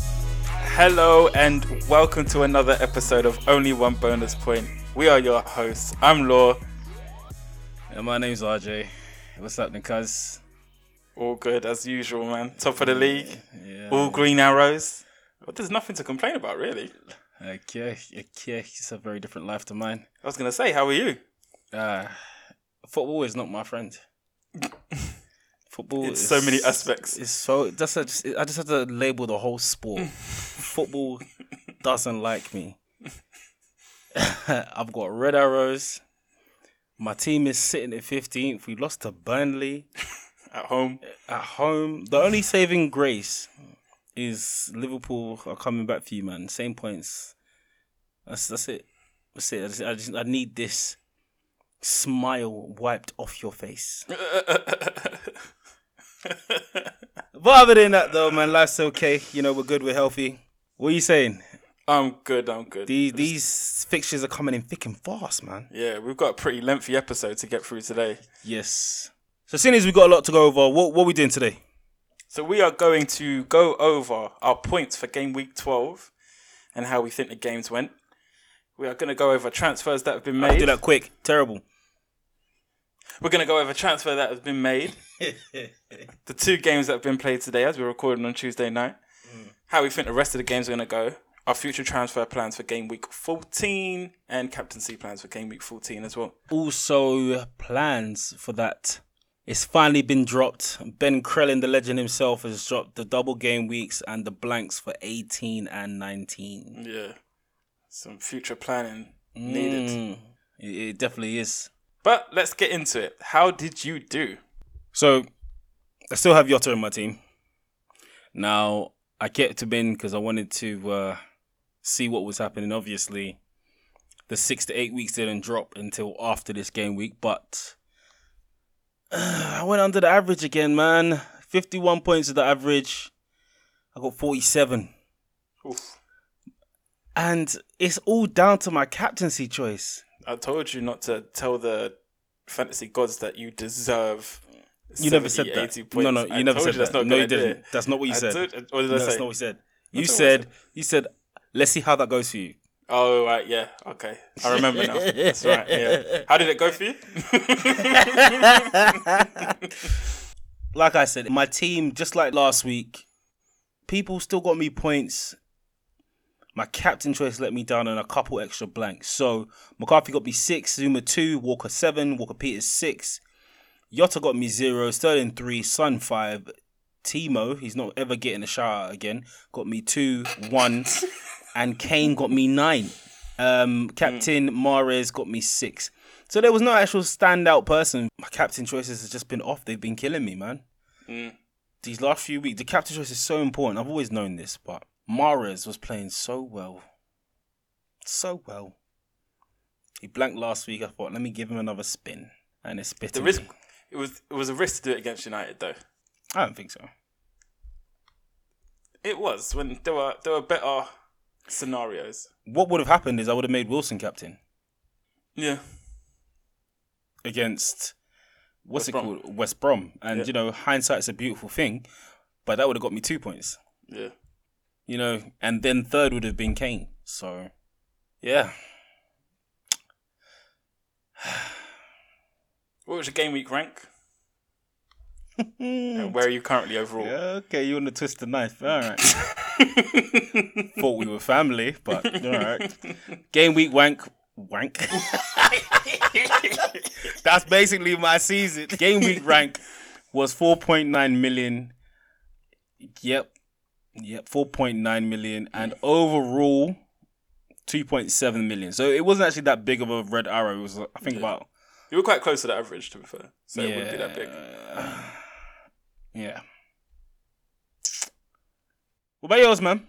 Hello and welcome to another episode of Only One Bonus Point. We are your hosts. I'm Law. Yeah, my name's RJ. What's happening, cuz? All good as usual, man. Top of the league. Yeah. All green arrows. But there's nothing to complain about, really. Okay, okay. It's a very different life to mine. I was gonna say, how are you? Uh, football is not my friend. Football It's is so many aspects. It's so that's a, just, I just have to label the whole sport. football doesn't like me. I've got red arrows. My team is sitting at fifteenth. We lost to Burnley. At home, at home. The only saving grace is Liverpool are coming back for you, man. Same points. That's that's it. That's it. I just, I, just, I need this smile wiped off your face. but other than that, though, man, life's okay. You know, we're good. We're healthy. What are you saying? I'm good. I'm good. These these fixtures are coming in thick and fast, man. yeah, we've got a pretty lengthy episode to get through today. Yes. So, seeing as we got a lot to go over, what what are we doing today? So we are going to go over our points for game week 12 and how we think the games went. We are going to go over transfers that have been Let's made. do that quick. Terrible. We're going to go over transfer that has been made. the two games that have been played today as we're recording on Tuesday night. Mm. How we think the rest of the games are going to go. Our future transfer plans for game week 14 and captaincy plans for game week 14 as well. also plans for that. It's finally been dropped. Ben Krellin, the legend himself, has dropped the double game weeks and the blanks for 18 and 19. Yeah. Some future planning needed. Mm, it, it definitely is. But let's get into it. How did you do? So, I still have Yotta in my team. Now, I kept him in because I wanted to uh, see what was happening. Obviously, the six to eight weeks didn't drop until after this game week, but I went under the average again, man. 51 points is the average. I got 47. Oof. And it's all down to my captaincy choice. I told you not to tell the fantasy gods that you deserve. You never said 70, that. 80 points. No, no, you I never told said that's Not that. a no, good you idea. didn't. That's not what you I said. told- what did No, I that's say? not what you said. You what I said, you said, let's see how that goes for you. Oh right, yeah, okay, I remember now. That's right. Yeah. How did it go for you? like I said, my team, just like last week, people still got me points. My captain choice let me down and a couple extra blanks. So McCarthy got me six, Zuma two, Walker seven, Walker Peters six, Yotta got me zero, Sterling three, Sun five, Timo, he's not ever getting a shout out again, got me two, one, and Kane got me nine. Um, captain Mares got me six. So there was no actual standout person. My captain choices has just been off. They've been killing me, man. Mm, These last few weeks, the captain choice is so important. I've always known this, but Mares was playing so well, so well. He blanked last week. I thought, let me give him another spin, and it's bitten. the risk. me. It was it was a risk to do it against United though. I don't think so. It was when there were there were better scenarios. What would have happened is I would have made Wilson captain Yeah, against what's West it Brom. called West Brom, and Yeah. you know hindsight's a beautiful thing, but that would have got me two points. yeah. you know, and then third would have been Kane. So, yeah, What was your game week rank? and where are you currently overall? okay, you want to twist the knife? All right. Thought we were family, but all right. Game week wank wank. That's basically my season. Game week rank was four point nine million. Yep, yep, four point nine million, and overall two point seven million. So it wasn't actually that big of a red arrow. It was, I think, about You were quite close to the average, to be fair. So it wouldn't be that big. Yeah. What about yours, man?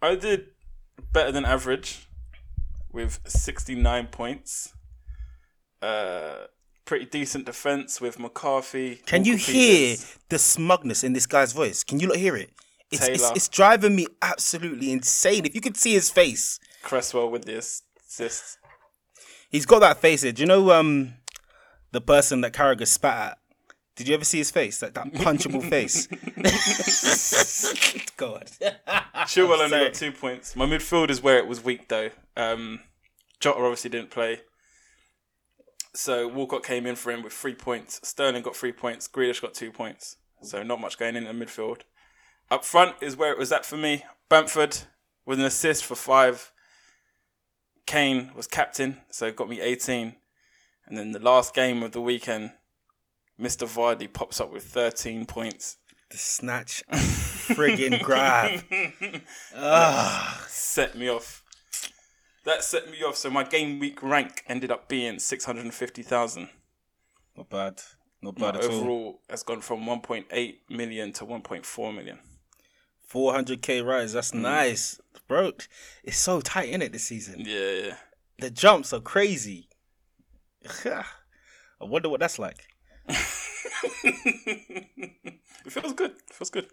I did better than average with 69 points. Uh, pretty decent defense with McCarthy. Can you Walker-Peters, hear the smugness in this guy's voice? Can you not hear it? It's, it's, Taylor. it's driving me absolutely insane. If you could see his face, Cresswell with this assist? he's got that face. There. Do you know um the person that Carragher spat at? Did you ever see his face? That that punchable face. God. Chilwell only sorry. got two points. My midfield is where it was weak though. Um, Jota obviously didn't play. So Walcott came in for him with three points. Sterling got three points. Grealish got two points. So not much going in the midfield. Up front is where it was at for me. Bamford with an assist for five. Kane was captain, so got me 18. And then the last game of the weekend, Mr. Vardy pops up with 13 points. The snatch, and friggin' grab. Ah, set me off. That set me off. So my game week rank ended up being six hundred and fifty thousand. not bad. Not bad at all. Overall, has gone from one point eight million to one point four million. 400k rise. That's Mm. nice, bro. It's so tight in it this season. Yeah, yeah. The jumps are crazy. I wonder what that's like. it feels good. It feels good.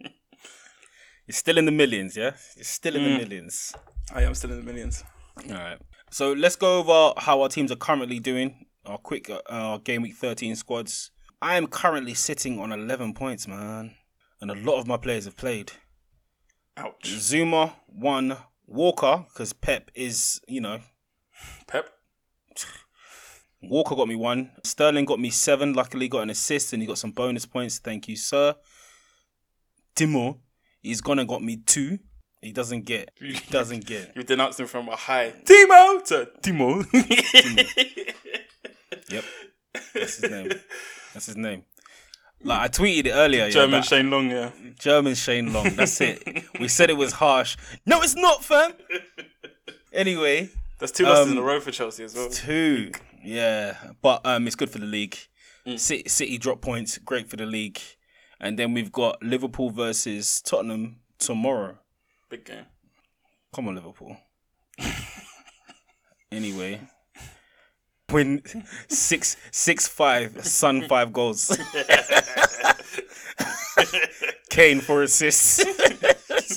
You're still in the millions, yeah. You're still in the millions. I am still in the millions. All right. So let's go over how our teams are currently doing. Our quick, uh, our game week 13 squads. I am currently sitting on 11 points, man, and a lot of my players have played. Ouch. Zuma one, Walker because Pep is, you know, Pep. Walker got me one. Sterling got me seven. Luckily, got an assist and he got some bonus points. Thank you, sir. Timo, he's gone and got me two. He doesn't get. He doesn't get. You denounced him from a high Timo to Timo. Yep. That's his name. That's his name. Like I tweeted it earlier. German yeah, that- Shane Long, yeah. German Shane Long. That's it. we said it was harsh. No, it's not, fam. Anyway, That's two losses in Um, a row for Chelsea as well. two. Yeah, but um, it's good for the league. City, City drop points, great for the league. And then we've got Liverpool versus Tottenham tomorrow. Big game. Come on, Liverpool. anyway, win six six five. Sun five goals. Kane four assists.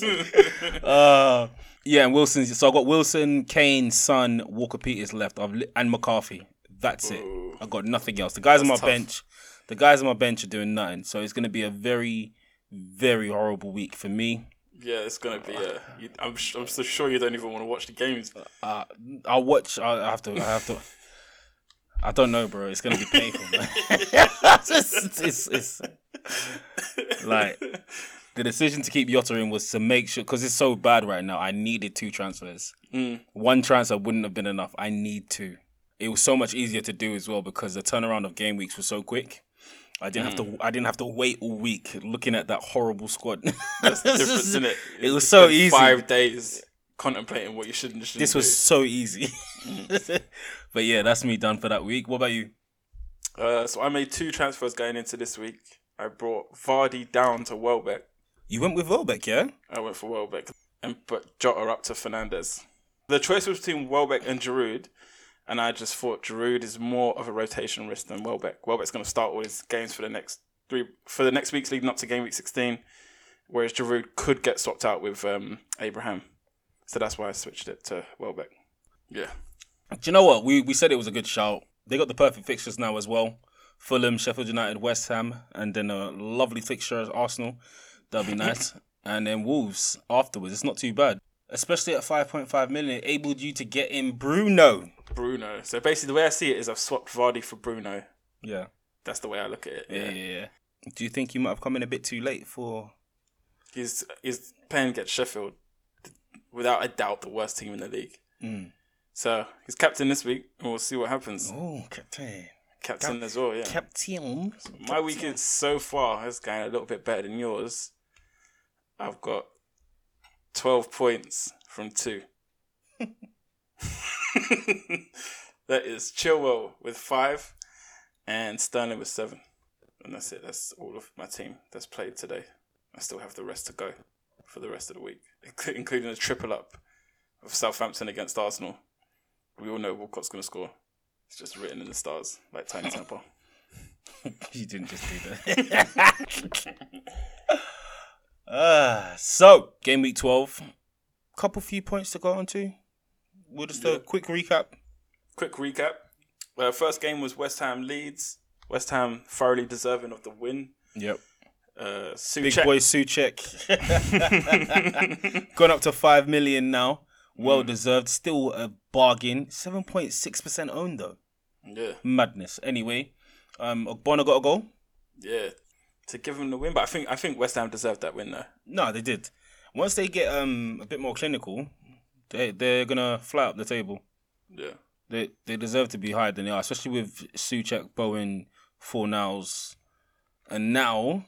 uh, yeah, and Wilson. So I got Wilson, Kane, Son, Walker Peters left. I've li- and McCarthy. That's it. I got nothing else. The guys on my tough. bench, the guys on my bench are doing nothing. So it's going to be a very, very horrible week for me. Yeah, it's gonna be. Uh, you, I'm sh- I'm so sure you don't even want to watch the games. Uh, I'll watch. I I have to. I have to. I don't know, bro. It's gonna be painful. man. it's, it's, it's like the decision to keep Yotta in was to make sure because it's so bad right now. I needed two transfers. Mm. One transfer wouldn't have been enough. I need two. It was so much easier to do as well because the turnaround of game weeks was so quick. I didn't Mm. have to. I didn't have to wait all week looking at that horrible squad. difference, isn't it? It was so Spent easy. Five days contemplating what you should and shouldn't This was so easy. but yeah, that's me done for that week. What about you? do. Uh, so I made two transfers going into this week. I brought Vardy down to Welbeck. You went with Welbeck, yeah? I went for Welbeck and put Jota up to Fernandez. The choice was between Welbeck and Giroud, and I just thought Giroud is more of a rotation risk than Welbeck. Welbeck's going to start all his games for the next three for the next weeks leading up to game week sixteen, whereas Giroud could get swapped out with um, Abraham. So that's why I switched it to Welbeck. Yeah, Do you know what? We we said it was a good shout. They got the perfect fixtures now as well. Fulham, Sheffield United, West Ham, and then a lovely fixture at Arsenal. That'll be nice. and then Wolves afterwards. It's not too bad. Especially at 5.5 million, it enabled you to get in Bruno. Bruno. So basically, the way I see it is I've swapped Vardy for Bruno. Yeah. That's the way I look at it. Yeah, yeah, yeah. Do you think you might have come in a bit too late for. He's he's playing against Sheffield, without a doubt, the worst team in the league. mm. So he's captain this week, and we'll see what happens. Oh, Captain. Captain as well, yeah. Captain. My weekend so far has gone a little bit better than yours. I've got twelve points from two. that is Chilwell with five, and Sterling with seven, and that's it. That's all of my team that's played today. I still have the rest to go. for the rest of the week, inclu- including a triple up of Southampton against Arsenal. We all know Walcott's going to score. It's just written in the stars, like Tiny Temple. you didn't just do that. uh, so, game week 12. Couple few points to go on to. We'll just do Yeah. a quick recap. Quick recap. Uh, first game was West Ham Leeds. West Ham thoroughly deserving of the win. Yep. Uh, Big Suchek boy Suchek. Gone up to 5 million now. Well deserved. Still a bargain. 7.6% owned, though. Yeah, Madness. Anyway, um, Ogbonna got a goal. yeah. To give them the win, but I think I think West Ham deserved that win though. No, they did. Once they get um a bit more clinical, they they're gonna fly up the table. Yeah, They they deserve to be higher than they are, especially with Suchek, Bowen, Four Nows, and now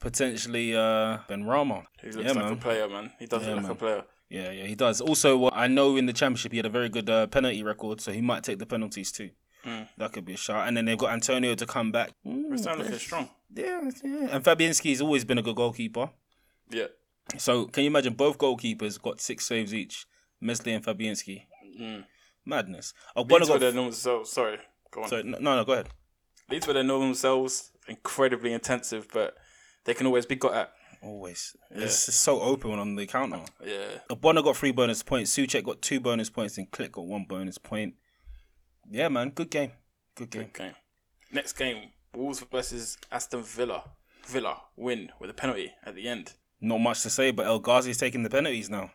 potentially uh Ben Rama. he looks Yeah, like a man. player, man. He does Yeah, look like man. a player. Yeah, yeah, he does. Also, uh, I know in the championship he had a very good uh, penalty record, so he might take the penalties too. Mm. That could be a shout. And then they've got Antonio to come back. Mm, West Ham looking strong. yeah, yeah. And Fabianski's always been a good goalkeeper. Yeah, So can you imagine both goalkeepers got six saves each, Mesley and Fabianski? Mm. Madness. Uh, Ogbonna Leeds were got. their normal selves. Sorry, go on. Sorry, no, no, go ahead. Leeds were their normal selves. Incredibly intensive, but they can always be got at. Always. It's just so open on the counter. Yeah, Ogbonna got three bonus points. Suchek got two bonus points, and Click got one bonus point. Yeah, man, good game. Good game. good game. Next game, Wolves versus Aston Villa. Villa win with a penalty at the end. Not much to say, but El Ghazi's taking the penalties now.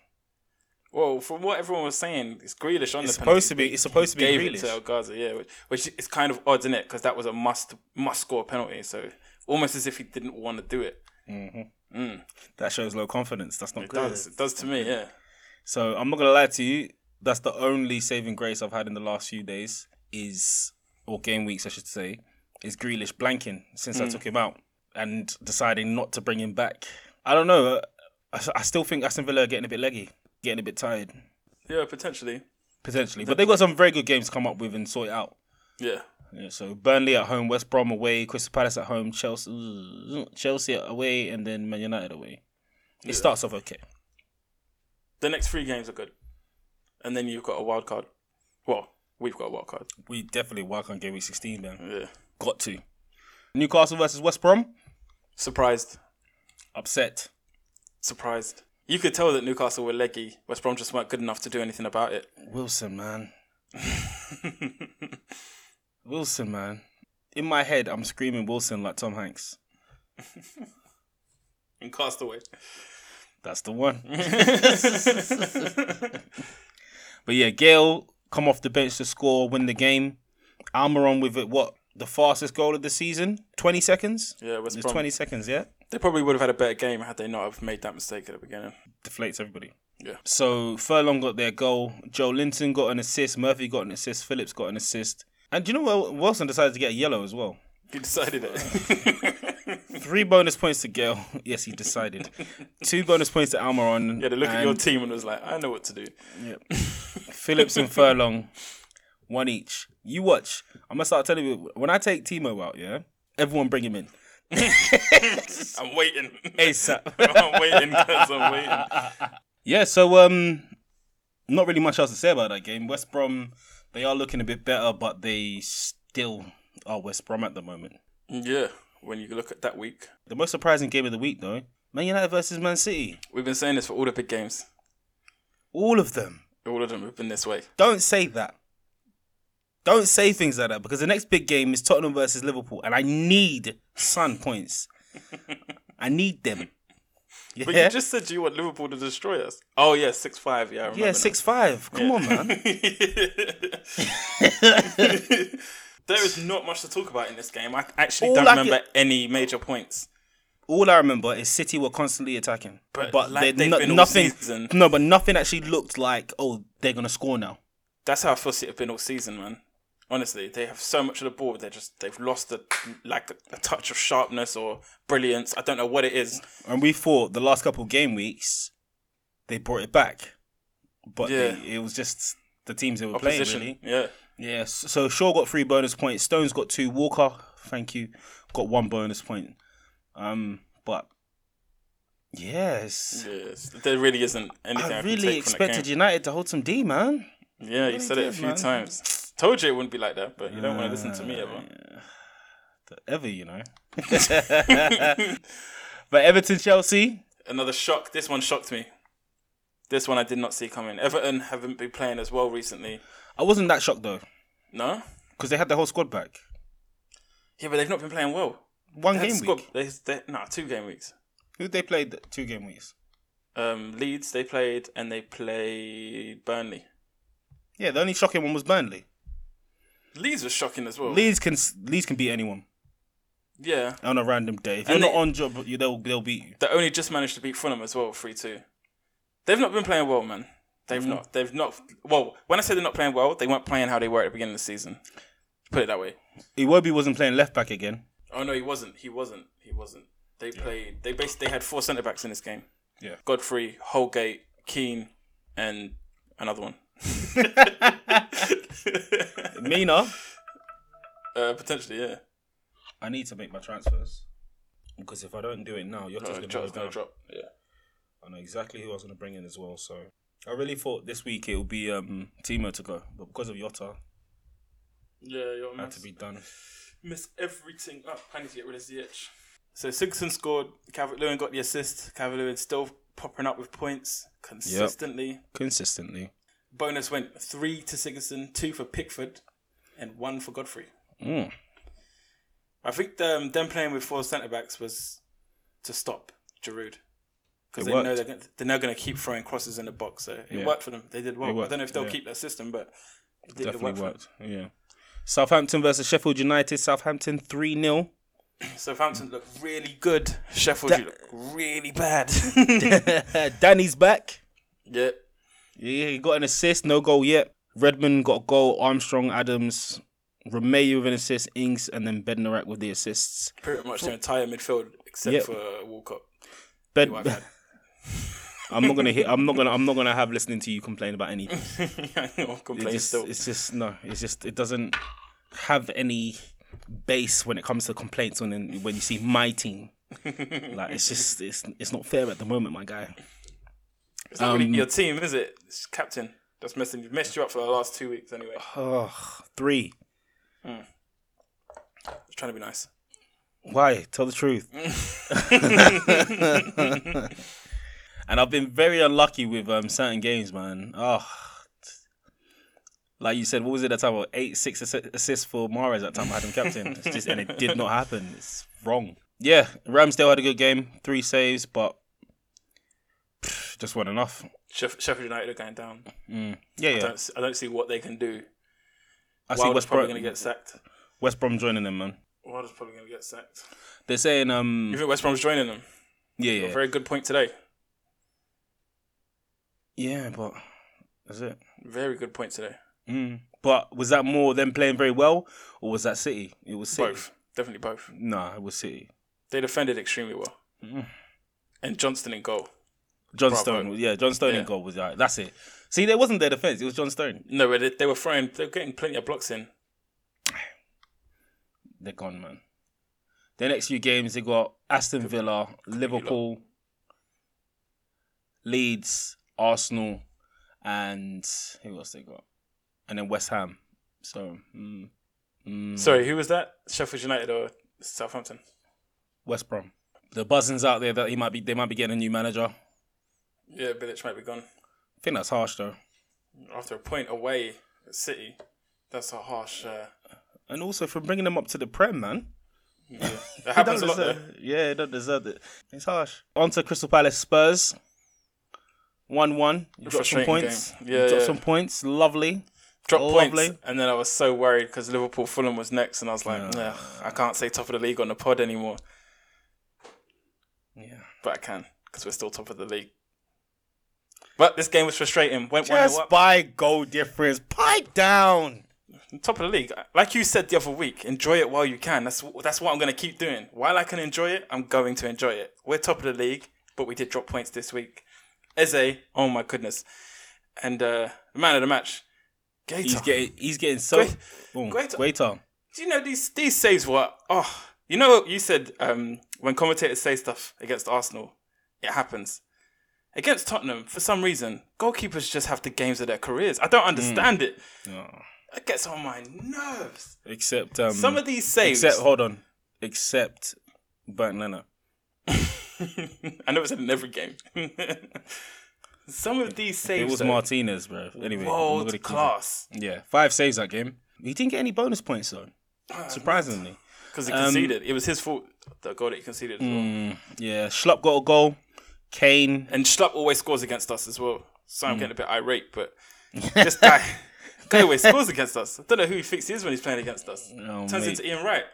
Well, from what everyone was saying, it's Grealish on It's the penalty. supposed to be. It's supposed to be gave it Grealish. to El Ghazi, yeah, which, which is kind of odd, isn't it? Because that was a must must score penalty, so almost as if he didn't want to do it. That shows low confidence. That's not It good. does, it does to me, yeah. So I'm not gonna lie to you. That's the only saving grace I've had in the last few days is, or game weeks I should say, is Grealish blanking since I took him out and deciding not to bring him back. I don't know. I, I still think Aston Villa are getting a bit leggy, getting a bit tired Yeah, potentially, potentially, but they've got some very good games to come up with and sort it out. yeah. Yeah, so Burnley at home, West Brom away, Crystal Palace at home, Chelsea, Chelsea away, and then Man United away. It starts off okay. The next three games are good, and then you've got a wild card. Well, we've got a wild card. We definitely work on game week 16, man. Yeah, Got to. Newcastle versus West Brom. surprised, Upset. surprised. You could tell that Newcastle were leggy. West Brom just weren't good enough to do anything about it. Wilson, man. Wilson, man. In my head, I'm screaming Wilson like Tom Hanks. And Castaway. That's the one. but yeah, Gale come off the bench to score, win the game. Almiron with it, what? The fastest goal of the season? 20 seconds? Yeah, West It's Brom. 20 seconds, yeah? They probably would have had a better game had they not have made that mistake at the beginning. deflates everybody. Yeah. So Furlong got their goal. Joe Linton got an assist. Murphy got an assist. Phillips got an assist. And do you know what? Wilson decided to get a yellow as well. He decided it. Three bonus points to Gale. Yes, he decided. Two bonus points to Almiron. Yeah, they look at your team and was like, I know what to do. Phillips and Furlong, one each. You watch. I'm gonna start telling you when I take Timo out. Yeah, everyone bring him in I'm waiting. ASAP. I'm waiting guys. I'm waiting. yeah. So um, not really much else to say about that game. West Brom, they are looking a bit better, but they still are West Brom at the moment. Yeah, when you look at that week, The most surprising game of the week, though, Man United versus Man City. we've been saying this for all the big games. All of them. All of them have been this way. Don't say that. Don't say things like that because the next big game is Tottenham versus Liverpool, and I need Sun points. I need them. Yeah, But you just said you want Liverpool to destroy us. Oh yeah, six five. Yeah, I remember yeah, six five. Come on, man. now. there is not much to talk about in this game. I actually All don't I remember any major points. All I remember is City were constantly attacking, But but, like they they've no, been all nothing. season. No, but nothing actually looked like oh they're gonna score now. That's how I feel City have been all season, man. Honestly, they have so much of the ball. They just they've lost a, like a touch of sharpness or brilliance. I don't know what it is. And we thought the last couple of game weeks they brought it back, but Yeah. they, it was just the teams they were Opposition, playing. Really. yeah. Yes. So Shaw got three bonus points. Stones got two. Walker, thank you, got one bonus point. Um, but Yes. Yes, there really isn't anything. I, I can really take from that expected United to hold some D, man. game. Yeah, you said it a did, few man. times. Told you it wouldn't be like that, but you don't want to listen to me ever. Ever, you know. but Everton, Chelsea. Another shock. This one shocked me. This one I did not see coming. Everton haven't been playing as well recently. I wasn't that shocked though, No. because they had their whole squad back. Yeah, but they've not been playing well. One They had game squad- week. They, they, nah, two game weeks. Who they played th- two game weeks? Um, Leeds they played and they played Burnley. Yeah, the only shocking one was Burnley. Leeds was shocking as well. Leeds can s- Leeds can beat anyone yeah, on a random day. If you're And not they- on job, you, they'll they'll beat you. they only just managed to beat Fulham as well, three two. They've not been playing well, man. They've not. They've not. Well, when I say they're not playing well, they weren't playing how they were at the beginning of the season. Put it that way. Iwobi wasn't playing left back again. Oh no, he wasn't. He wasn't. He wasn't. They played. They basically they had four centre backs in this game. Yeah. Godfrey, Holgate, Keane, and another one. Mina, Uh, potentially, yeah. I need to make my transfers because if I don't do it now, you're Uh, talking Jota's about gonna drop. Yeah. I know exactly who I was going to bring in as well. So I really thought this week it would be um, Timo to go, but because of Yotta, Yeah, you're it had to be done. miss everything up. I need to get rid of ZH. So Sigson scored. Calvert Lewin got the assist. Calvert Lewin still popping up with points consistently. Consistently. Bonus went three to Sigson, two for Pickford, and one for Godfrey. Mm. I think um, them playing with four centre backs was to stop Giroud because they It worked. know they're gonna, they're now going to keep throwing crosses in the box. So it Yeah. worked for them. They did well. It worked, I don't know if they'll yeah. keep that system, but it did Definitely work. For them. worked. Yeah. Southampton versus Sheffield United. Southampton 3 0. Southampton look really good. Sheffield That- look really bad. Danny's back. yep. Yeah, he got an assist, no goal yet. Redmond got a goal. Armstrong, Adams, Romeo with an assist, Ings, and then Bednarak with the assists. pretty much the entire midfield except Yep. for Walcott. Bed- who I've had. I'm not gonna hit. I'm not gonna. I'm not gonna have listening to you complain about anything. I know, I'm It complaining just, still. It's just no. It's just it doesn't have any base when it comes to complaints when when you see my team. like it's just it's it's not fair at the moment, my guy. It's not um, really your team, is it? It's captain. That's messing messed you up for the last two weeks anyway. Oh, three. It's trying to be nice. Why? Tell the truth. and I've been very unlucky with um, certain games, man. Oh, like you said, what was it that time? Well, eight, six assi- assists for Mares that time. I had him captain. It's just, and it did not happen. It's wrong. Yeah, Ramsdale had a good game, three saves, but pff, just weren't enough. Sheff- Sheffield United are going down. Yeah, I, yeah. don't, s- I don't see what they can do. I see Wilder's West probably Brom. going to get sacked. West Brom joining them, man. Wilder's probably going to get sacked. They're saying, You um, think West Brom's joining them? yeah, Mm. yeah, Very good point today. yeah, but that's it. Very good point today. Mm. But was that more them playing very well, or was that City? It was City. Both. Definitely both. Nah, it was City. They defended extremely well. Mm-hmm. And Johnston in goal. John Bravo. Stone. Yeah, John Stone in Yeah. goal was that. That's it. See, there wasn't their defense. It was John Stone. No, but they, they were throwing, they were getting plenty of blocks in. They're gone, man. The next few games they got Aston Villa, Liverpool, Leeds, Arsenal, and who else they got? And then West Ham. So mm, Sorry, who was that? Sheffield United or Southampton? West Brom. The buzzing's out there that he might be. They might be getting a new manager. I Yeah, Bilic might be gone. think that's harsh though. After a point away at City, that's a harsh. Uh, And also for bringing them up to the Prem, man. that He happens a don't lot deserve- there. Yeah, he don't deserve it. It's harsh. On to Crystal Palace Spurs. 1 1. You dropped some Frustrating points. game. you Yeah, dropped yeah. some points. Lovely. Drop points, Lovely. and then I was so worried because Liverpool Fulham was next, and I was like, "Ugh, I can't say top of the league on the pod anymore, Yeah. but I can because we're still top of the league. But this game was frustrating. Went one Just up. by goal difference. Pipe down. top of the league. Like you said the other week, enjoy it while you can. That's that's what I'm going to keep doing. While I can enjoy it, I'm going to enjoy it. We're top of the league, but we did drop points this week. Eze, oh my goodness, and uh, the man of the match, Gator. He's getting he's getting so Great- Boom. great- Guaita. Do you know these these saves were? Oh, you know you said um, when commentators say stuff against Arsenal, It happens. Against Tottenham, for some reason, goalkeepers just have the games of their careers. I Hmm. don't understand it. It gets on my nerves. Except um, Some of these saves. Except hold on. Except Burton Leonard. I never said in every game. some of these saves. It was though, Martinez, bro. Anyway, I'm not gonna world keep- class Yeah, five saves that game. He didn't get any bonus points though. Surprisingly. because he conceded. Um, it was his fault. The goal that he conceded. As well. mm. Yeah, Schlupp got a goal. Kane. And Schlupp always scores against us as well. So Mm. I'm getting a bit irate, but this guy, guy always scores against us. I don't know who he thinks he is when he's playing against us. Oh, Turns mate. into Ian Wright.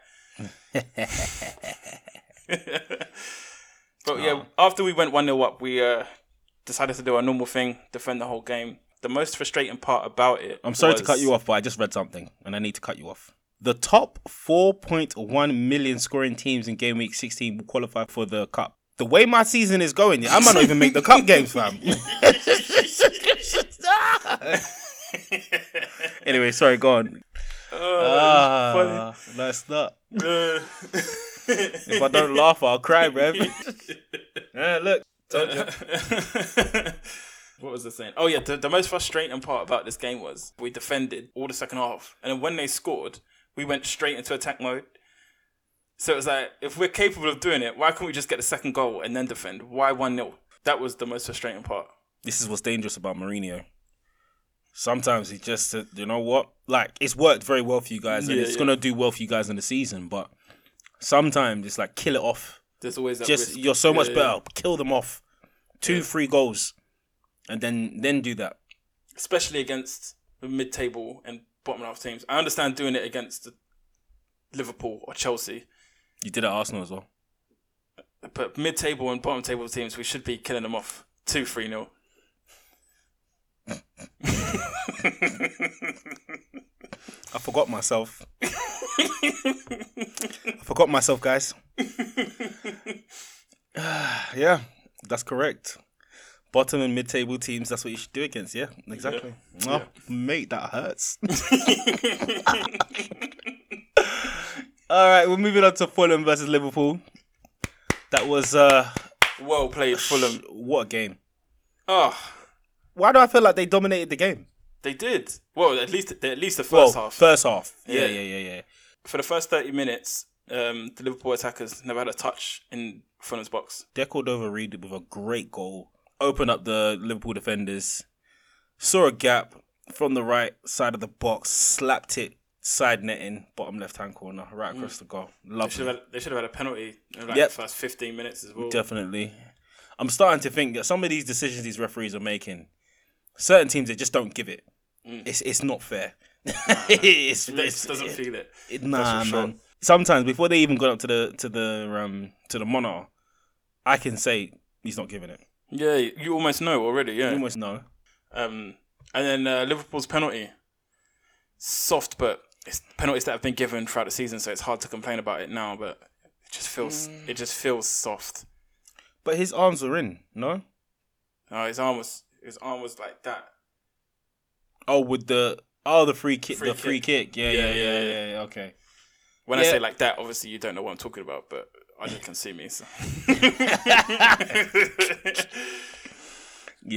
but Oh. yeah, after we went 1 0 up, we uh, decided to do our normal thing, defend the whole game. The most frustrating part about it. I'm sorry to cut you off, but I just read something and I need to cut you off. The top 4.1 million scoring teams in game week 16 will qualify for the cup. The way my season is going, I might not even make the cup games, fam. anyway, sorry, go on. Oh, Ah, nice nut. If I don't laugh, I'll cry, bruv. yeah, look. Told you. what was I saying? Oh yeah, the, the most frustrating part about this game was we defended all the second half, and then when they scored, we went straight into attack mode. So it was like, if we're capable of doing it, why can't we just get the second goal and then defend? Why one 0 That was the most frustrating part. this is what's dangerous about Mourinho. Sometimes he just, said, you know what? Like, it's worked very well for you guys, and Yeah, it's yeah. gonna do well for you guys in the season. But sometimes it's like kill it off. There's always that Just risk. you're so much Yeah, yeah. better. Kill them off. Two, three goals, and then then do that. especially against the mid-table and bottom half teams. I understand doing it against Liverpool or Chelsea, You did it at Arsenal as well. but mid-table and bottom table teams, we should be killing them off two, three 0 I forgot myself. I forgot myself, guys. yeah, that's correct. Bottom and mid-table teams, that's what you should do against, yeah? Exactly. Oh, Mate, that hurts. All right, we're moving on to Fulham versus Liverpool. That was, uh, Well played, Fulham. what a game. Ah. Oh, Why do I feel like they dominated the game? they did. Well, at least at least the Well, first half. First half. Yeah, Yeah. yeah, yeah, yeah. For the first thirty minutes, um, the Liverpool attackers never had a touch in Fulham's box. Deco over Reed with a great goal. Opened up the Liverpool defenders. Saw a gap from the right side of the box. Slapped it side netting, bottom left hand corner, right across the goal. They Mm. should Lovely. have had, they should have had a penalty in like Yep. the first fifteen minutes as well. Definitely. I'm starting to think that some of these decisions these referees are making, certain teams they just don't give it. It's it's not fair. it's, Mm. It it's, just doesn't feel it. it- nah, for sure. man. Sometimes before they even got up to the to the um to the monitor, I can say he's not giving it. Yeah, you almost know already. Yeah. Almost no. Um, and then uh, Liverpool's penalty, soft, but it's penalties that have been given throughout the season, so it's hard to complain about it now. But it just feels Mm. it just feels soft. But his arms were in, no? Uh, his arm was his arm was like that. Oh, with the oh the free kick, Free the free kick. Yeah, yeah, yeah, yeah. yeah, Okay. When I Yeah. say like that, obviously you don't know what I'm talking about, but I you can see me. So.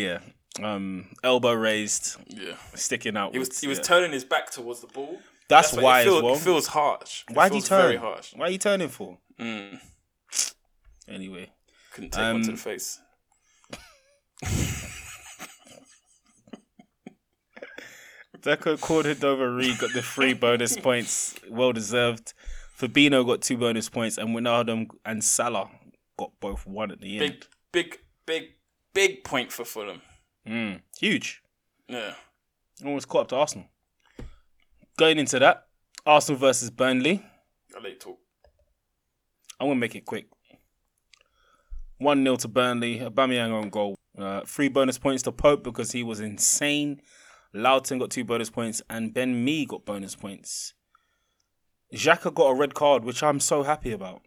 Yeah. Um, elbow raised, yeah, sticking out. he was he was turning his back towards the ball. That's what- why it as feels, well. It feels harsh. It Why'd you feels turn? Very harsh. Why are you turning for? Mm. Anyway, Couldn't take one to Um, the face. Deco Cordova Reed got the three bonus points, well deserved. Fabino got two bonus points, and Wijnaldum and Salah got both one at the end. Big big big big point for Fulham. Mm, huge. Yeah. Almost caught up to Arsenal. Going into that, Arsenal versus Burnley. I like talk. I'm gonna make it quick. One 0 to Burnley. Aubameyang on goal. Uh, three bonus points to Pope because he was insane. Loughton got two bonus points, and Ben Mee got bonus points. Xhaka got a red card, which I'm so happy about.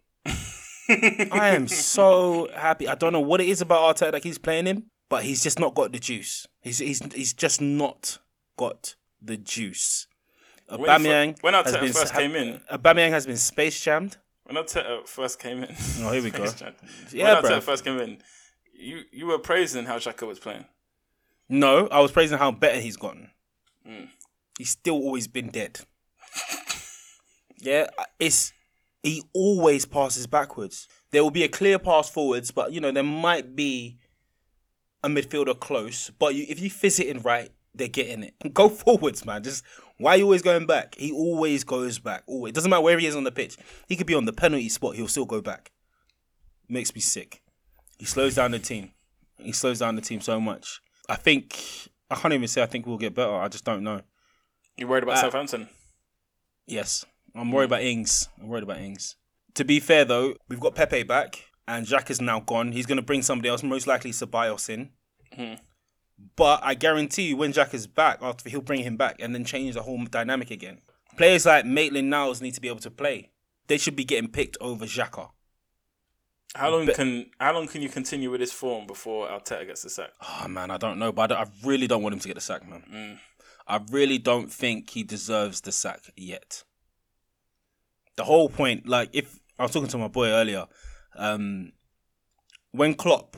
I am so happy. I don't know what it is about Arteta that he's playing him, but he's just not got the juice. He's he's he's just not got the juice. he fir- Aubameyang when has Arteta been first came in- Aubameyang has been space jammed. When Arteta first came in, Oh, here we go. Thanks, Chad. Yeah, when Arteta bruv. first came in, You you were praising how Xhaka was playing. No, I was praising how better he's gotten. He's still always been dead. yeah, it's he always passes backwards. There will be a clear pass forwards, but you know there might be a midfielder close. But you, if you fizz it in right, they're getting it. Go forwards, man. Just why are you always going back? He always goes back. Always doesn't matter where he is on the pitch. He could be on the penalty spot. He'll still go back. Makes me sick. He slows down the team. He slows down the team so much. I think I can't even say I think we'll get better. I just don't know. You worried about Southampton? Yes. I'm worried about Ings. I'm worried about Ings. To be fair, though, we've got Pepe back, and Jack is now gone. He's going to bring somebody else, most likely Ceballos in. But I guarantee you, when Jack is back, after he'll bring him back and then change the whole dynamic again. Players like Maitland Niles need to be able to play. They should be getting picked over Xhaka. How long can how long can you continue with this form before Arteta gets the sack? Oh man, I don't know, but I, don't- I really don't want him to get the sack, man. Mm. I really don't think he deserves the sack yet. The whole point, like, if I was talking to my boy earlier, um, when Klopp,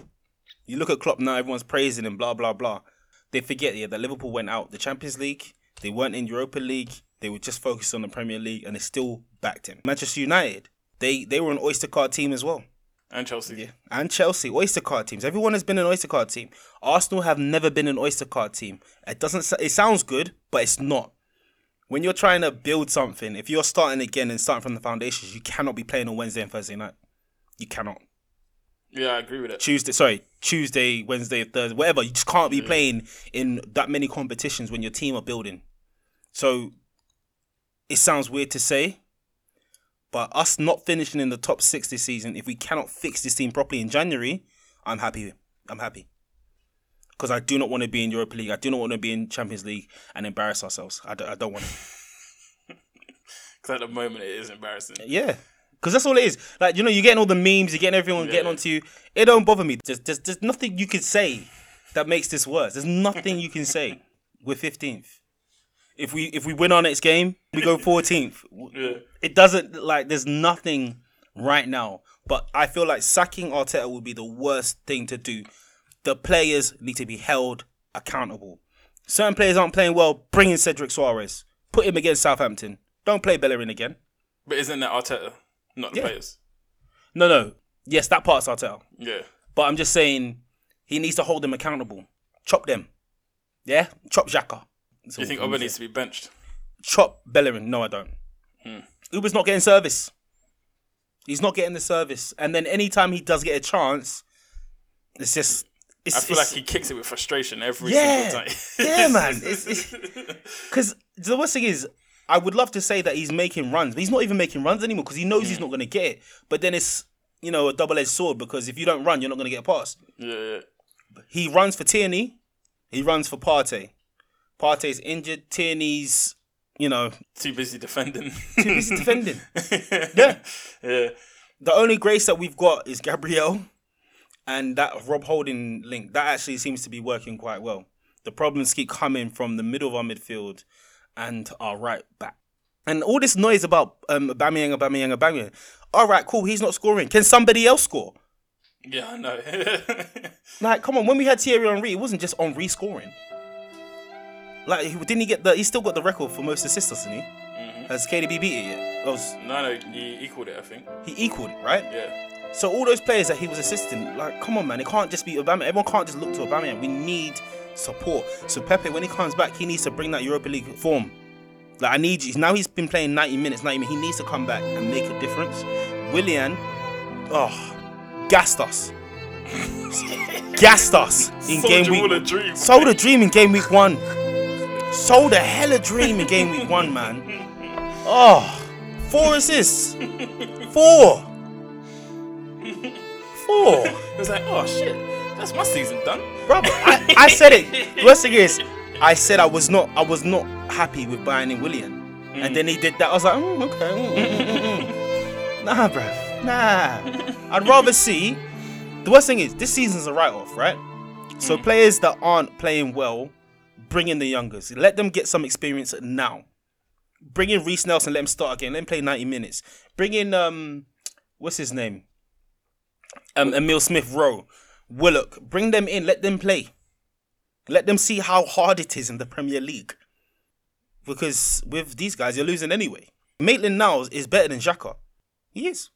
you look at Klopp now, everyone's praising him, blah blah blah. They forget yeah, that Liverpool went out the Champions League, they weren't in Europa League, they were just focused on the Premier League, and they still backed him. Manchester United, they they were an oyster card team as well And Chelsea. and Chelsea Oyster Card teams. Everyone has been an Oyster Card team. Arsenal have never been an Oyster Card team. It doesn't. s- It sounds good, but it's not. When you're trying to build something, if you're starting again and starting from the foundations, you cannot be playing on Wednesday and Thursday night. You cannot. Yeah, I agree with it. Tuesday, sorry, Tuesday, Wednesday, Thursday, whatever. You just can't be playing in that many competitions when your team are building. So it sounds weird to say, but us not finishing in the top six this season, if we cannot fix this team properly in January, I'm happy. I'm happy. Because I do not want to be in Europa League. I do not want to be in Champions League and embarrass ourselves. I don't, I don't want to. Because at the moment it is embarrassing. Yeah. Because that's all it is. Like, you know, you're getting all the memes, you're getting everyone getting onto you. It don't bother me. There's, there's, there's nothing you can say that makes this worse. There's nothing you can say. We're 15th. If we if we win our next game, we go 14th. Yeah. It doesn't, like, there's nothing right now. But I feel like sacking Arteta would be the worst thing to do. The players need to be held accountable. Certain players aren't playing well. Bring in Cedric Suarez. Put him against Southampton. Don't play Bellerin again. But isn't that Arteta, not the players? No, no. Yes, that part's Arteta. Yeah. But I'm just saying he needs to hold them accountable. Chop them. Yeah? Chop Xhaka. Do you think Oba needs to be benched? Chop Bellerin. No, I don't. Hmm. Uber's not getting service. He's not getting the service. And then anytime he does get a chance, it's just. It's, I feel it's, like he kicks it with frustration every single yeah, time. yeah, man. It's because the worst thing is, I would love to say that he's making runs, but he's not even making runs anymore because he knows he's not going to get it. But then it's you know a double-edged sword because if you don't run, you're not going to get a pass. yeah, yeah. He runs for Tierney, he runs for Partey. Partey's injured. Tierney's you know Too busy defending. too busy defending. yeah. Yeah. The only grace that we've got is Gabriel and that Rob Holding link. That actually seems to be working quite well. The problems keep coming from the middle of our midfield and our right back. And all this noise about um, Aubameyang, Aubameyang, Aubameyang. All right, cool. He's not scoring. Can somebody else score? Yeah, I know. Like, come on. When we had Thierry Henry, it wasn't just Henry scoring. Like, he- didn't he get the? He still got the record for most assists, doesn't he? Has KDB beat it yet? That was- No, no, he equaled it, I think. he equaled it, right? Yeah. So all those players that he was assisting, like, come on, man, it can't just be Obama. Everyone can't just look to Obama. We need support. So Pepe, when he comes back, he needs to bring that Europa League form. Like, I need you. Now he's been playing 90 minutes, 90 minutes. He needs to come back and make a difference. Willian, oh, gassed us. gassed us Sold in game you all week. a dream. Sold a dream in game week one. Sold a hell of dream in game week one, man. Oh, four assists. Four. Four. It was like, oh shit, that's my season done. Bro, I, I said it. The worst thing is, I said I was not I was not happy with buying in William. And then he did that. I was like, mm, okay. mm, mm, mm, mm, mm. Nah, bruv. Nah. I'd rather see. The worst thing is, this season's a write off, right? So players that aren't playing well, bring in the youngers. Let them get some experience now. Bring in Reese Nelson, let him start again. Let him play 90 minutes. Bring in um what's his name? Um Emil Smith Rowe. Willock, bring them in. Let them play. Let them see how hard it is in the Premier League. Because with these guys, you're losing anyway. Maitland Niles is better than Xhaka. He is.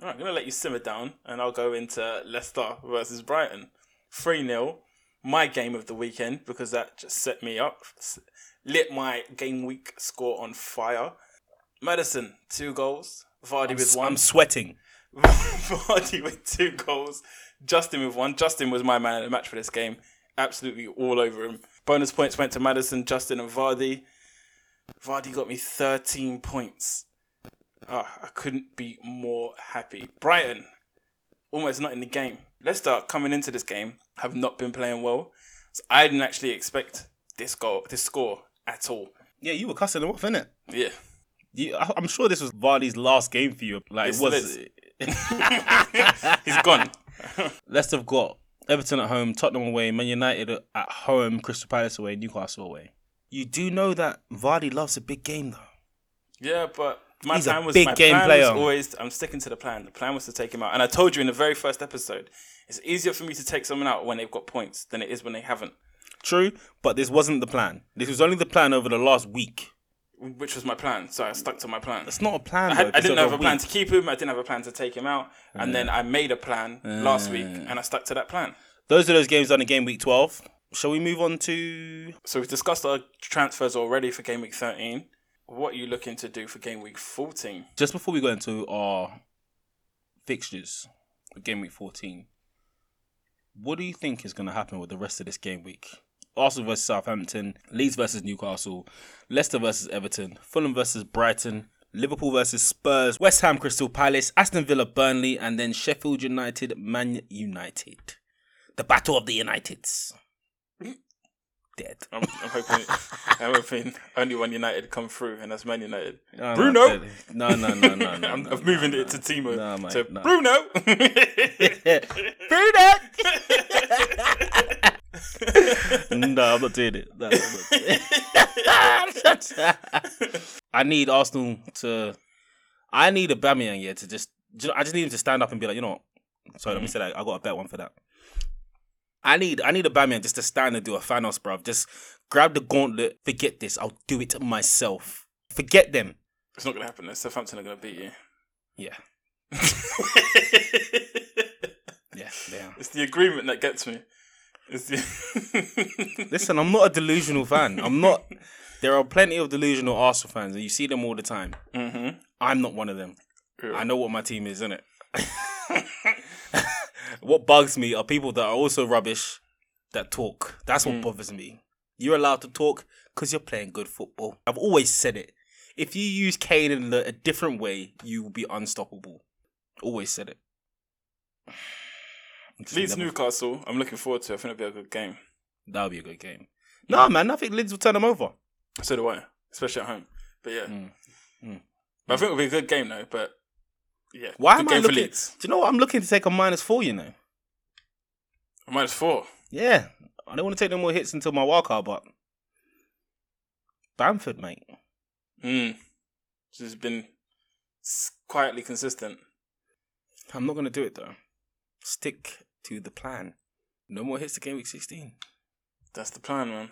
All right, I'm going to let you simmer down and I'll go into Leicester versus Brighton. 3 0, my game of the weekend because that just set me up, s- lit my game week score on fire. Madison, two goals. Vardy with one. I'm sweating. Vardy with two goals. Justin with one. Justin was my man of the match for this game. Absolutely all over him. Bonus points went to Madison, Justin, and Vardy. Vardy got me 13 points. Ah, I couldn't be more happy. Brighton, almost not in the game. Leicester coming into this game have not been playing well. So I didn't actually expect this goal, this score at all. Yeah, you were cussing him off, innit? Yeah. You, I, I'm sure this was Vardy's last game for you. Like Yes, it was. it He's gone. Leicester have got Everton at home, Tottenham away, Man United at home, Crystal Palace away, Newcastle away. You do know that Vardy loves a big game, though. Yeah, but my He's a plan was big my game plan player. was always I'm sticking to the plan. The plan was to take him out, and I told you in the very first episode, it's easier for me to take someone out when they've got points than it is when they haven't, True, but this wasn't the plan. This was only the plan over the last week. which was my plan. So I stuck to my plan. It's not a plan. I, though, had, I if it's didn't over have a plan to keep him. I didn't have a plan to take him out, and then I made a plan last week, and I stuck to that plan. week. Those are those games done in game week twelve. Shall we move on to? So we've discussed our transfers already for game week 13. What are you looking to do for game week 14? just before we go into our fixtures, game week 14, what do you think is going to happen with the rest of this game week? Arsenal versus Southampton, Leeds versus Newcastle, Leicester versus Everton, Fulham versus Brighton, Liverpool versus Spurs, West Ham Crystal Palace, Aston Villa Burnley, and then Sheffield United Man United. The Battle of the Uniteds. Dead. I'm, I'm hoping I'm hoping only one United come through, and that's Man United. No, no, Bruno. No, no, no, no, no. I'm, no, I'm no, moving no. it to Timo. No, mate, to no. Bruno. no, I'm not doing it. No, I'm not doing it. I need Arsenal to. I need a Bamiyang yeah to just. do you know, I just need him to stand up and be like, you know, what? sorry, let me say that. I got a better one for that. I need I need a Bamiyang just to stand and do a Thanos, bruv. Just grab the gauntlet. Forget this. I'll do it myself. Forget them. it's not gonna happen. Southampton are gonna beat you. Yeah, yeah, they are. it's the agreement that gets me. It's the Listen, I'm not a delusional fan. I'm not. There are plenty of delusional Arsenal fans, and you see them all the time. Mhm. I'm not one of them. Yeah. I know what my team is, innit? what bugs me are people that are also rubbish that talk. That's Mm. what bothers me. You're allowed to talk because you're playing good football. I've always said it. If you use Kane in a a different way, you will be unstoppable. Always said it. Leeds Newcastle. I'm looking forward to. it. I think it'll be a good game. That'll be a good game. Nah, man, I think Leeds will turn them over. So do I, especially at home. But yeah, Mm. But I think it'll be a good game though. But yeah, Why good am game I for looking? Do Leeds? you know what? I'm looking to take a minus four. You know. Minus four. Yeah, I don't want to take no more hits until my wild card, but Bamford, mate. Mm. She's been s- quietly consistent. I'm not gonna do it though. Stick to the plan. No more hits to game week 16. That's the plan, man.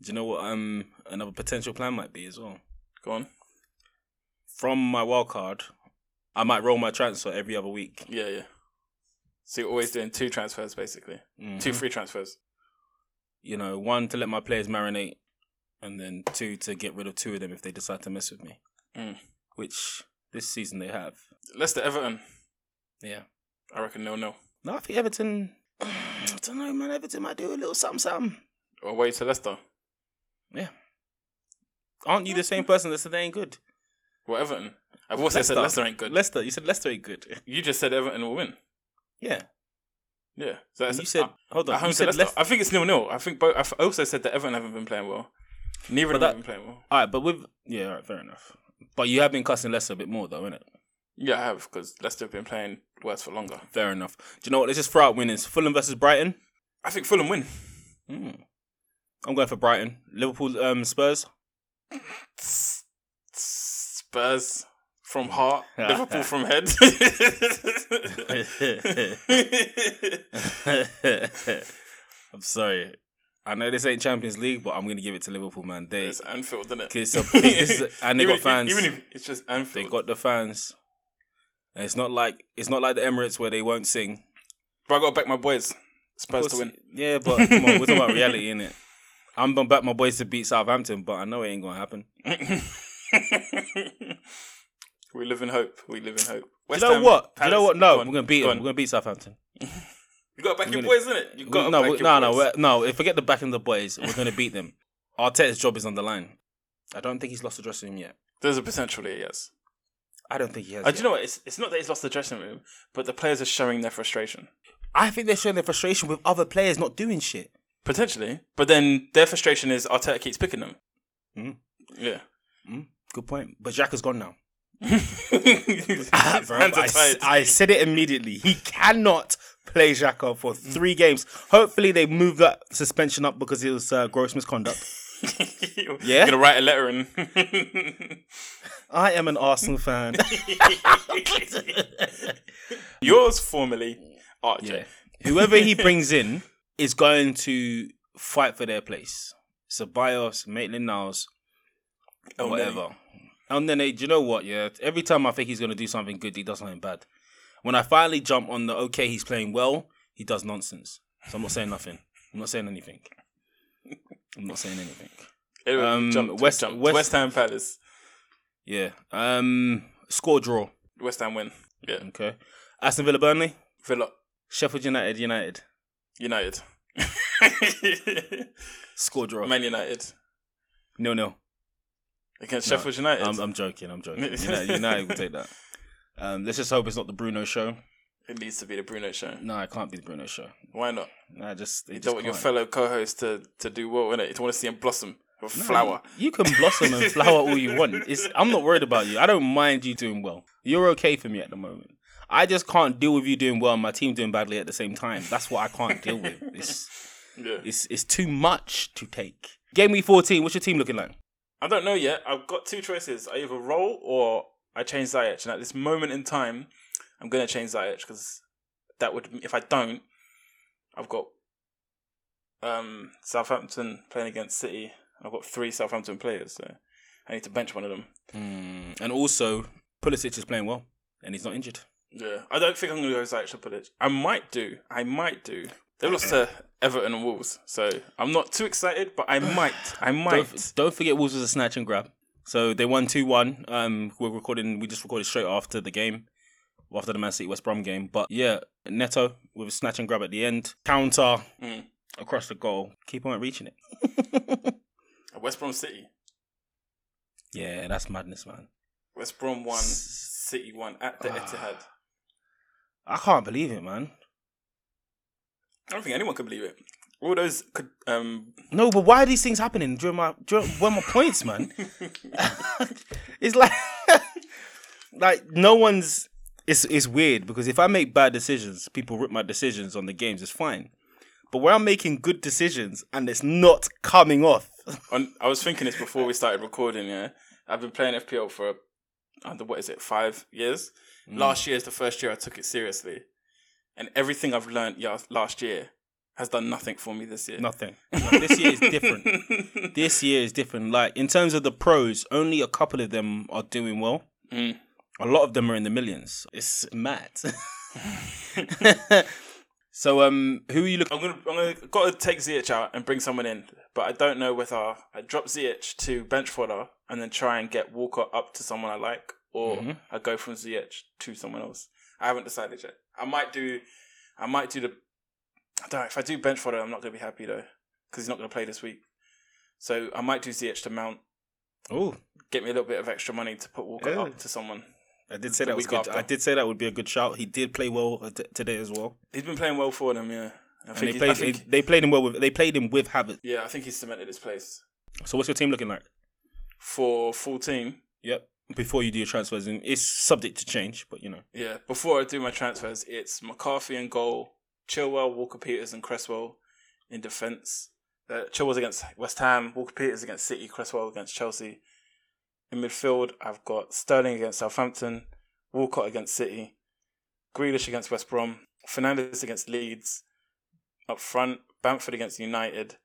Do you know what? Um, another potential plan might be as well. Go on. From my wild card, I might roll my transfer every other week. Yeah, yeah. So you're always doing two transfers, basically. Two Mm-hmm. free transfers. You know, one to let my players marinate, and then two to get rid of two of them if they decide to mess with me. Mm. Which this season they have. Leicester Everton, Yeah. I reckon nil nil. No, I think Everton. I don't know, man. Everton might do a little something, something. Away to Leicester. Aren't you the same person that said they ain't good? What Everton? I've also said Leicester ain't good. Leicester, you said Leicester ain't good. you just said Everton will win. Yeah, Yeah. So that's you said. uh, hold at on, home you to said Leicester. Leicester. I think it's nil nil. I think both. I've also said that Everton haven't been playing well. Neither of them that- have been playing well. All right, but with yeah, all right, fair enough. But you have been cussing Leicester a bit more though, innit? Yeah, I have because Leicester have been playing worse for longer. Fair enough. Do you know what? Let's just throw out winners. Fulham versus Brighton. Hmm. I think Fulham win. I'm going for Brighton. Liverpool, um, Spurs. Spurs from heart, Liverpool from head. I'm sorry. I know this ain't Champions League, but I'm gonna give it to Liverpool, man. They it's Anfield, isn't it? 'Cause it's a- this is- and they even, got fans. Even if it's just they Anfield, got the fans. And it's not like it's not like the Emirates where they won't sing. but I got to back my boys. Spurs to win. Yeah, but come on, we're talking about reality, innit? I'm gonna back my boys to beat Southampton, but I know it ain't gonna happen. we live in hope. We live in hope. You West know Ham, what? You Palace, know what? No, go on, we're gonna beat go them. on. We're gonna beat Southampton. You got to back your gonna- boys, isn't it? You got to no, back we- your no, no, boys. we're- no. If we get the back of the boys, we're gonna beat them. Arteta's job is on the line. I don't think he's lost the dressing room yet. There's a potential here, yes. I don't think he has. Uh, yet. do you know what? It's, it's not that he's lost the dressing room, but the players are showing their frustration. I think they're showing their frustration with other players not doing shit. Potentially. But then their frustration is Arteta keeps picking them. Mm. Yeah. Good point. But Jack has gone now. His hands Ah, Bro, are I, s- tied. I said it immediately. He cannot play Xhaka for Mm. three games. Hopefully, they move that suspension up because it was uh, gross misconduct. You're going to write a letter and. I am an Arsenal fan. Yours formerly, RJ. Whoever he brings in is going to fight for their place. Ceballos, Maitland Niles, El Neni. whatever. And then, do you know what? Yeah, every time I think he's going to do something good, he does something bad. When I finally jump on the okay, he's playing well, he does nonsense. So I'm not saying nothing. I'm not saying anything. I'm not saying anything. Anyway, Um, jump, West- West, jump. West- West, Ham Palace. Yeah. Um. Score draw. West Ham win. Yeah. Okay. Aston Villa, Burnley, Villa. Sheffield United, United. United. Score draw. Man United. No, no. Against Sheffield United. I'm, I'm joking. I'm joking. United, United will take that. Um. Let's just hope it's not the Bruno show. it needs to be the Bruno show. No, it can't be the Bruno show. Why not? Nah, just it You don't just want your can't. fellow co-host to, to do well in it. You don't want to see him blossom or flower. You can blossom and flower all you want. It's, I'm not worried about you. I don't mind you doing well. You're okay for me at the moment. I just can't deal with you doing well and my team doing badly at the same time. That's what I can't deal with. It's Yeah. it's it's too much to take. Game week 14. What's your team looking like? I don't know yet. I've got two choices. I either roll or I change Ziyech. And at this moment in time, I'm gonna change Ziyech because that would if I don't, I've got um Southampton playing against City. I've got three Southampton players, so I need to bench one of them. Hmm. And also, Pulisic is playing well and he's not injured. Yeah, I don't think I'm gonna go Ziyech to Pulic. I might do. I might do. They've lost to Everton and Wolves, so I'm not too excited, but I might. I might. Don't, don't forget, Wolves was a snatch and grab. So they won 2 1. Um, we're recording, we just recorded straight after the game, after the Man City West Brom game. But yeah, Neto with a snatch and grab at the end, counter Mm. across the goal. Keep on reaching it. West Brom City. Yeah, that's madness, man. West Brom one, City one at the Etihad. I can't believe it, man. I don't think anyone can believe it. All those could, um, No, but why are these things happening during my during one of my points, man? it's like like no one's it's it's weird because if I make bad decisions, people rip my decisions on the games, it's fine. But where I'm making good decisions and it's not coming off. on, I was thinking this before we started recording. Yeah, I've been playing FPL for under what is it five years. Last year is the first year I took it seriously, and everything I've learned yeah, last year has done nothing for me this year. Nothing. this year is different. This year is different. Like in terms of the pros, only a couple of them are doing well. Mm. A lot of them are in the millions. It's mad. so um who are you looking I'm gonna, I'm gonna got to take Ziyech out and bring someone in, but I don't know whether I drop Ziyech to bench fodder and then try and get Walker up to someone I like, or Mm-hmm. I go from Ziyech to someone else. I haven't decided yet. I might do, I might do the. I don't. know, If I do bench fodder, I'm not gonna be happy though, because he's not gonna play this week. So I might do Ziyech to Mount, Oh, get me a little bit of extra money to put Walker Yeah. up to someone. I did say that was week good. after. I did say that would be a good shout. He did play well uh, t- today as well. He's been playing well for them, yeah. I And think, he- they played. I think they, they played him well with. They played him with Havertz. yeah, I think he's cemented his place So what's your team looking like? for 14. Yep. Before you do your transfers, and it's subject to change, but you know. Yeah, before I do my transfers, it's McCarthy and goal, Chilwell, Walker Peters, and Cresswell in defence, Uh, Chilwell's against West Ham. Walker Peters against City. Cresswell against Chelsea. In midfield, I've got Sterling against Southampton. Walcott against City. Grealish against West Brom. Fernandes against Leeds. Up front, Bamford against United.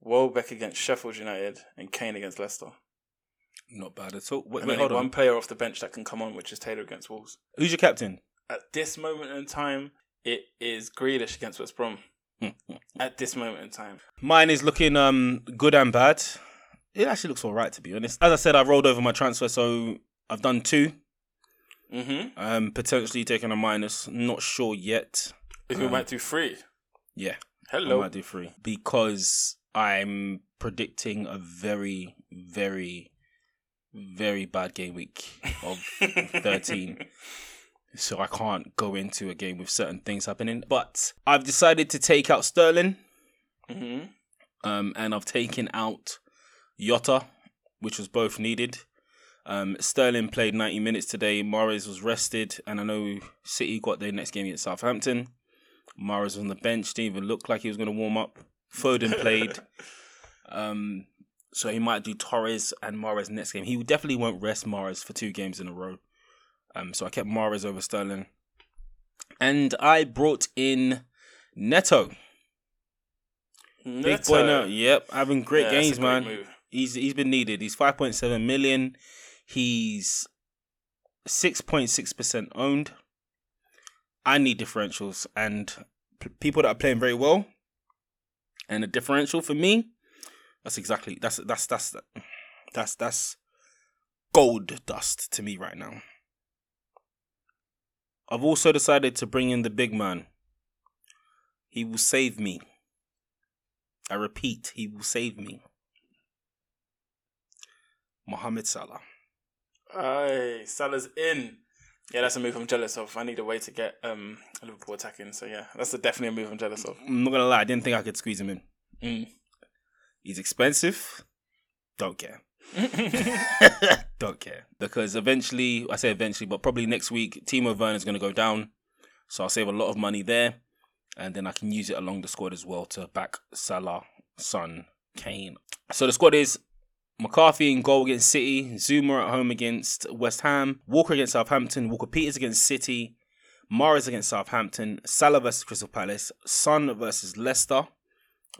Welbeck against Sheffield United. And Kane against Leicester. Not bad at all. Wait, And we wait, need hold one on. player off the bench that can come on, which is Taylor against Wolves. Who's your captain? At this moment in time, it is Grealish against West Brom. At this moment in time, Mine is looking um good and bad. It actually looks all right to be honest. As I said, I've rolled over my transfer, so I've done two. mm-hmm. Um, potentially taking a minus. Not sure yet. if we might do three, Uh, Yeah, I hello, might do three because I'm predicting a very, very, very bad game week of 13. So I can't go into a game with certain things happening. But I've decided to take out Sterling. mm-hmm. um, and I've taken out Yotta, which was both needed. Um, Sterling played 90 minutes today. Mares was rested, and I know City got their next game against Southampton. Mares on the bench didn't even look like he was going to warm up. Foden played, um, so he might do Torres and Mares next game. He definitely won't rest Mares for two games in a row. Um, so I kept Mares over Sterling, and I brought in Neto. Big boy now. Yep, having great Yeah, that's games, a man. move. He's he's been needed. He's five point seven million. He's six point six percent owned. I need differentials and p- people that are playing very well. And a differential for me, that's exactly that's that's that's that's that's gold dust to me right now. I've also decided to bring in the big man. He will save me. I repeat, he will save me. Mohamed Salah. Aye, Salah's in. Yeah, that's a move I'm jealous of. I need a way to get um, Liverpool attacking. So yeah, that's a, definitely a move I'm jealous of. I'm not gonna lie, I didn't think I could squeeze him in. Mm. He's expensive. Don't care. Don't care. Because eventually, I say eventually, but probably next week, Timo Werner's gonna go down. So I'll save a lot of money there. And then I can use it along the squad as well to back Salah, Son, Kane. So the squad is McCarthy in goal against City, Zuma at home against West Ham, Walker against Southampton, Walker Peters against City, Morris against Southampton, Salah versus Crystal Palace, Son versus Leicester.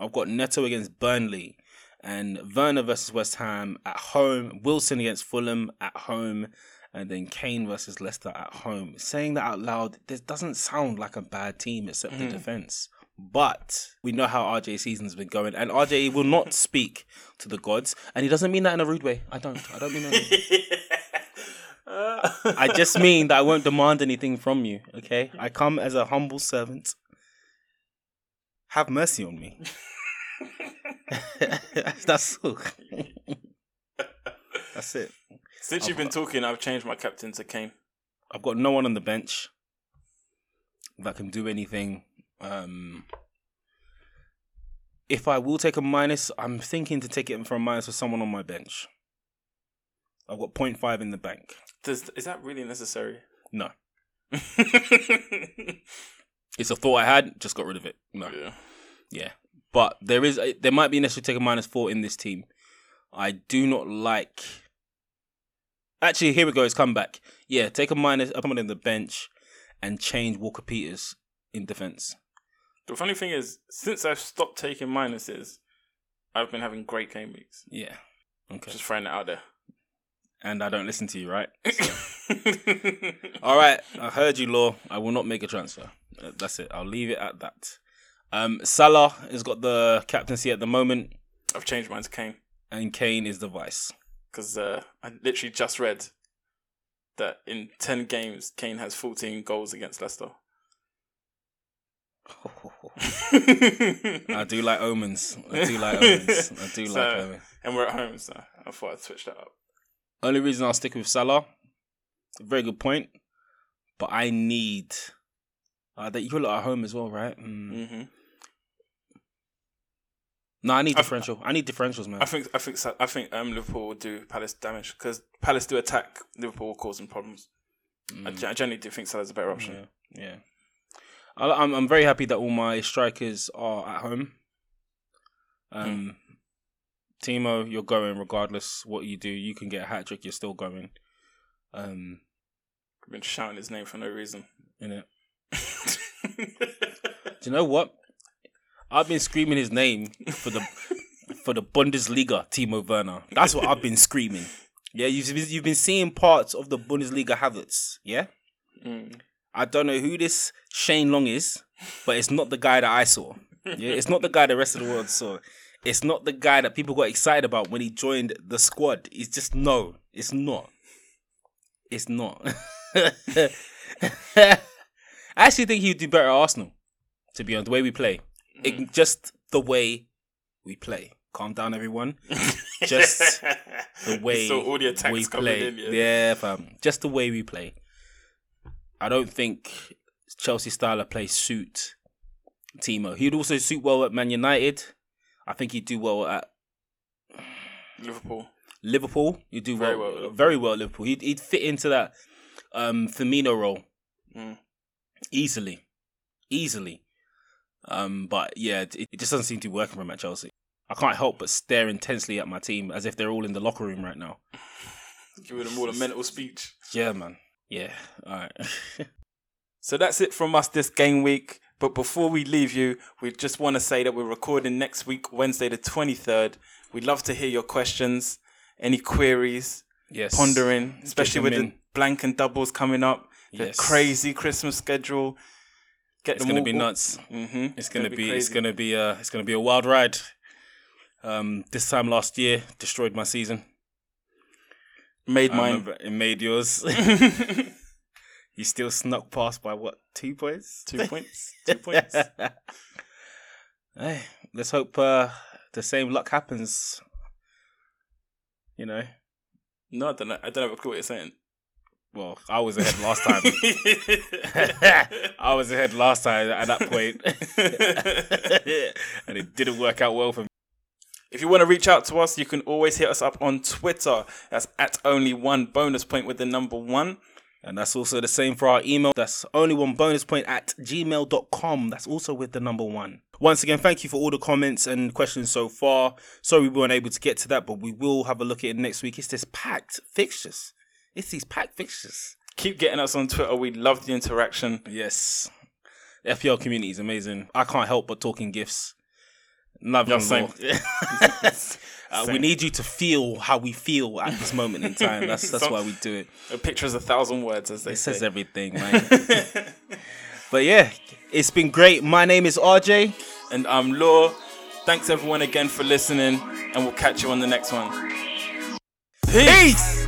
I've got Neto against Burnley and Werner versus West Ham at home, Wilson against Fulham at home, and then Kane versus Leicester at home. Saying that out loud, this doesn't sound like a bad team except the defense. But we know how RJ season's been going, and RJ will not speak to the gods, and he doesn't mean that in a rude way. I don't. I don't mean that. I just mean that I won't demand anything from you. Okay, I come as a humble servant. Have mercy on me. That's all. That's it. Since Oh, you've been talking, I've changed my captain to Kane. I've got no one on the bench that can do anything. Um, if I will take a minus, I'm thinking to take it for a minus with someone on my bench. I've got 0.5 in the bank. Does is that really necessary? No. It's a thought I had, just got rid of it. No. yeah. Yeah, but there is there might be an issue taking minus four in this team. I do not like. Actually, here we go. It's comeback. Yeah, take a minus. Someone in the bench, and change Walker Peters in defense. The funny thing is, since I've stopped taking minuses, I've been having great game weeks. Yeah. Okay. Just throwing it out there. And I don't listen to you, right? All right. I heard you, Law. I will not make a transfer. Uh, That's it. I'll leave it at that. Um, Salah has got the captaincy at the moment, I've changed mine to Kane and Kane is the vice. because uh, I literally just read that in ten games, Kane has fourteen goals against Leicester. I do like omens. I do like omens. I do like So- omens. and we're at home, so I thought I'd switch that up. Only reason I'll stick with Salah, very good point, but I need uh, that you lot at home as well, right? Mm. hmm No, I need I've- differential. I need differentials, man. I think I think so- I think um, Liverpool will do Palace damage because Palace do attack. Liverpool will cause them problems. I, gen- I generally do think Salah's a better option. yeah, Mm. yeah. I, I'm I'm very happy that all my strikers are at home. Hmm. Um, Timo, you're going regardless what you do. You can get a hat trick. You're still going. Um, I've been shouting his name for no reason. in it. Do you know what? I've been screaming his name for the for the Bundesliga, Timo Werner. That's what I've been screaming. Yeah, you've been, you've been seeing parts of the Bundesliga Havertz. Yeah, Mm. I don't know who this Shane Long is, but it's not the guy that I saw. Yeah, it's not the guy the rest of the world saw. It's not the guy that people got excited about when he joined the squad. It's just no, it's not. It's not. I actually think he'd do better at Arsenal, to be honest, the way we play. It, just the way we play. Calm down, everyone. Just the way saw all the attacks we coming play. in, yeah. fam. Just the way we play. I don't think Chelsea style of play suit Timo. He'd also suit well at Man United. I think he'd do well at Liverpool. Liverpool. He'd do Very very well at well. Liverpool. very well at Liverpool. He'd, he'd fit into that um, Firmino role Mm. easily, easily. Um, but yeah, it, it just doesn't seem to be working for him at Chelsea. I can't help but stare intensely at my team as if they're all in the locker room right now. Giving them all a mental speech. Yeah, man. Yeah. All right. So that's it from us this game week. But before we leave you, we just want to say that we're recording next week, Wednesday the 23rd. We'd love to hear your questions, any queries, yes. pondering, especially them with the in. blank and doubles coming up, Yes. the crazy Christmas schedule. Get It's gonna be nuts. Mm-hmm. It's gonna, be, it's crazy. gonna be uh it's gonna be a wild ride. Um, this time last year destroyed my season. made I mine. remember it made yours. you still snuck past by what two points? Two points. Two points. Hey, let's hope uh, the same luck happens. You know, No, I don't know. I don't have a clue what you're saying. well, I was ahead last time. I was ahead last time at that point, and it didn't work out well for me. If you want to reach out to us, you can always hit us up on Twitter. That's at only one bonus point with the number one. And that's also the same for our email. That's only one bonus point at gmail.com. That's also with the number one. Once again, thank you for all the comments and questions so far. Sorry we weren't able to get to that, but we will have a look at it next week. It's this packed fixtures. It's these packed fixtures. Keep getting us on Twitter. We love the interaction. Yes. The FPL community is amazing. I can't help but talking gifts. Love you, same. Lord. Uh, we need you to feel how we feel at this moment in time. That's that's Some- why we do it. A picture is a thousand words, as they It say. says everything, man. but yeah, it's been great. My name is RJ. and I'm Law. Thanks everyone again for listening, and we'll catch you on the next one. Peace. Peace.